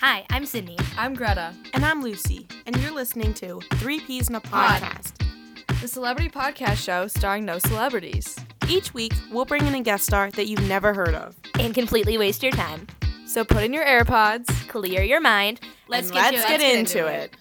Hi, I'm Sydney. I'm Greta, And I'm Lucy, and you're listening to Three Peas in a Pod. Podcast. the celebrity podcast show starring no celebrities. Each week, we'll bring in a guest star that you've never heard of. And completely waste your time. So put in your AirPods. Clear your mind. And let's get, into, it.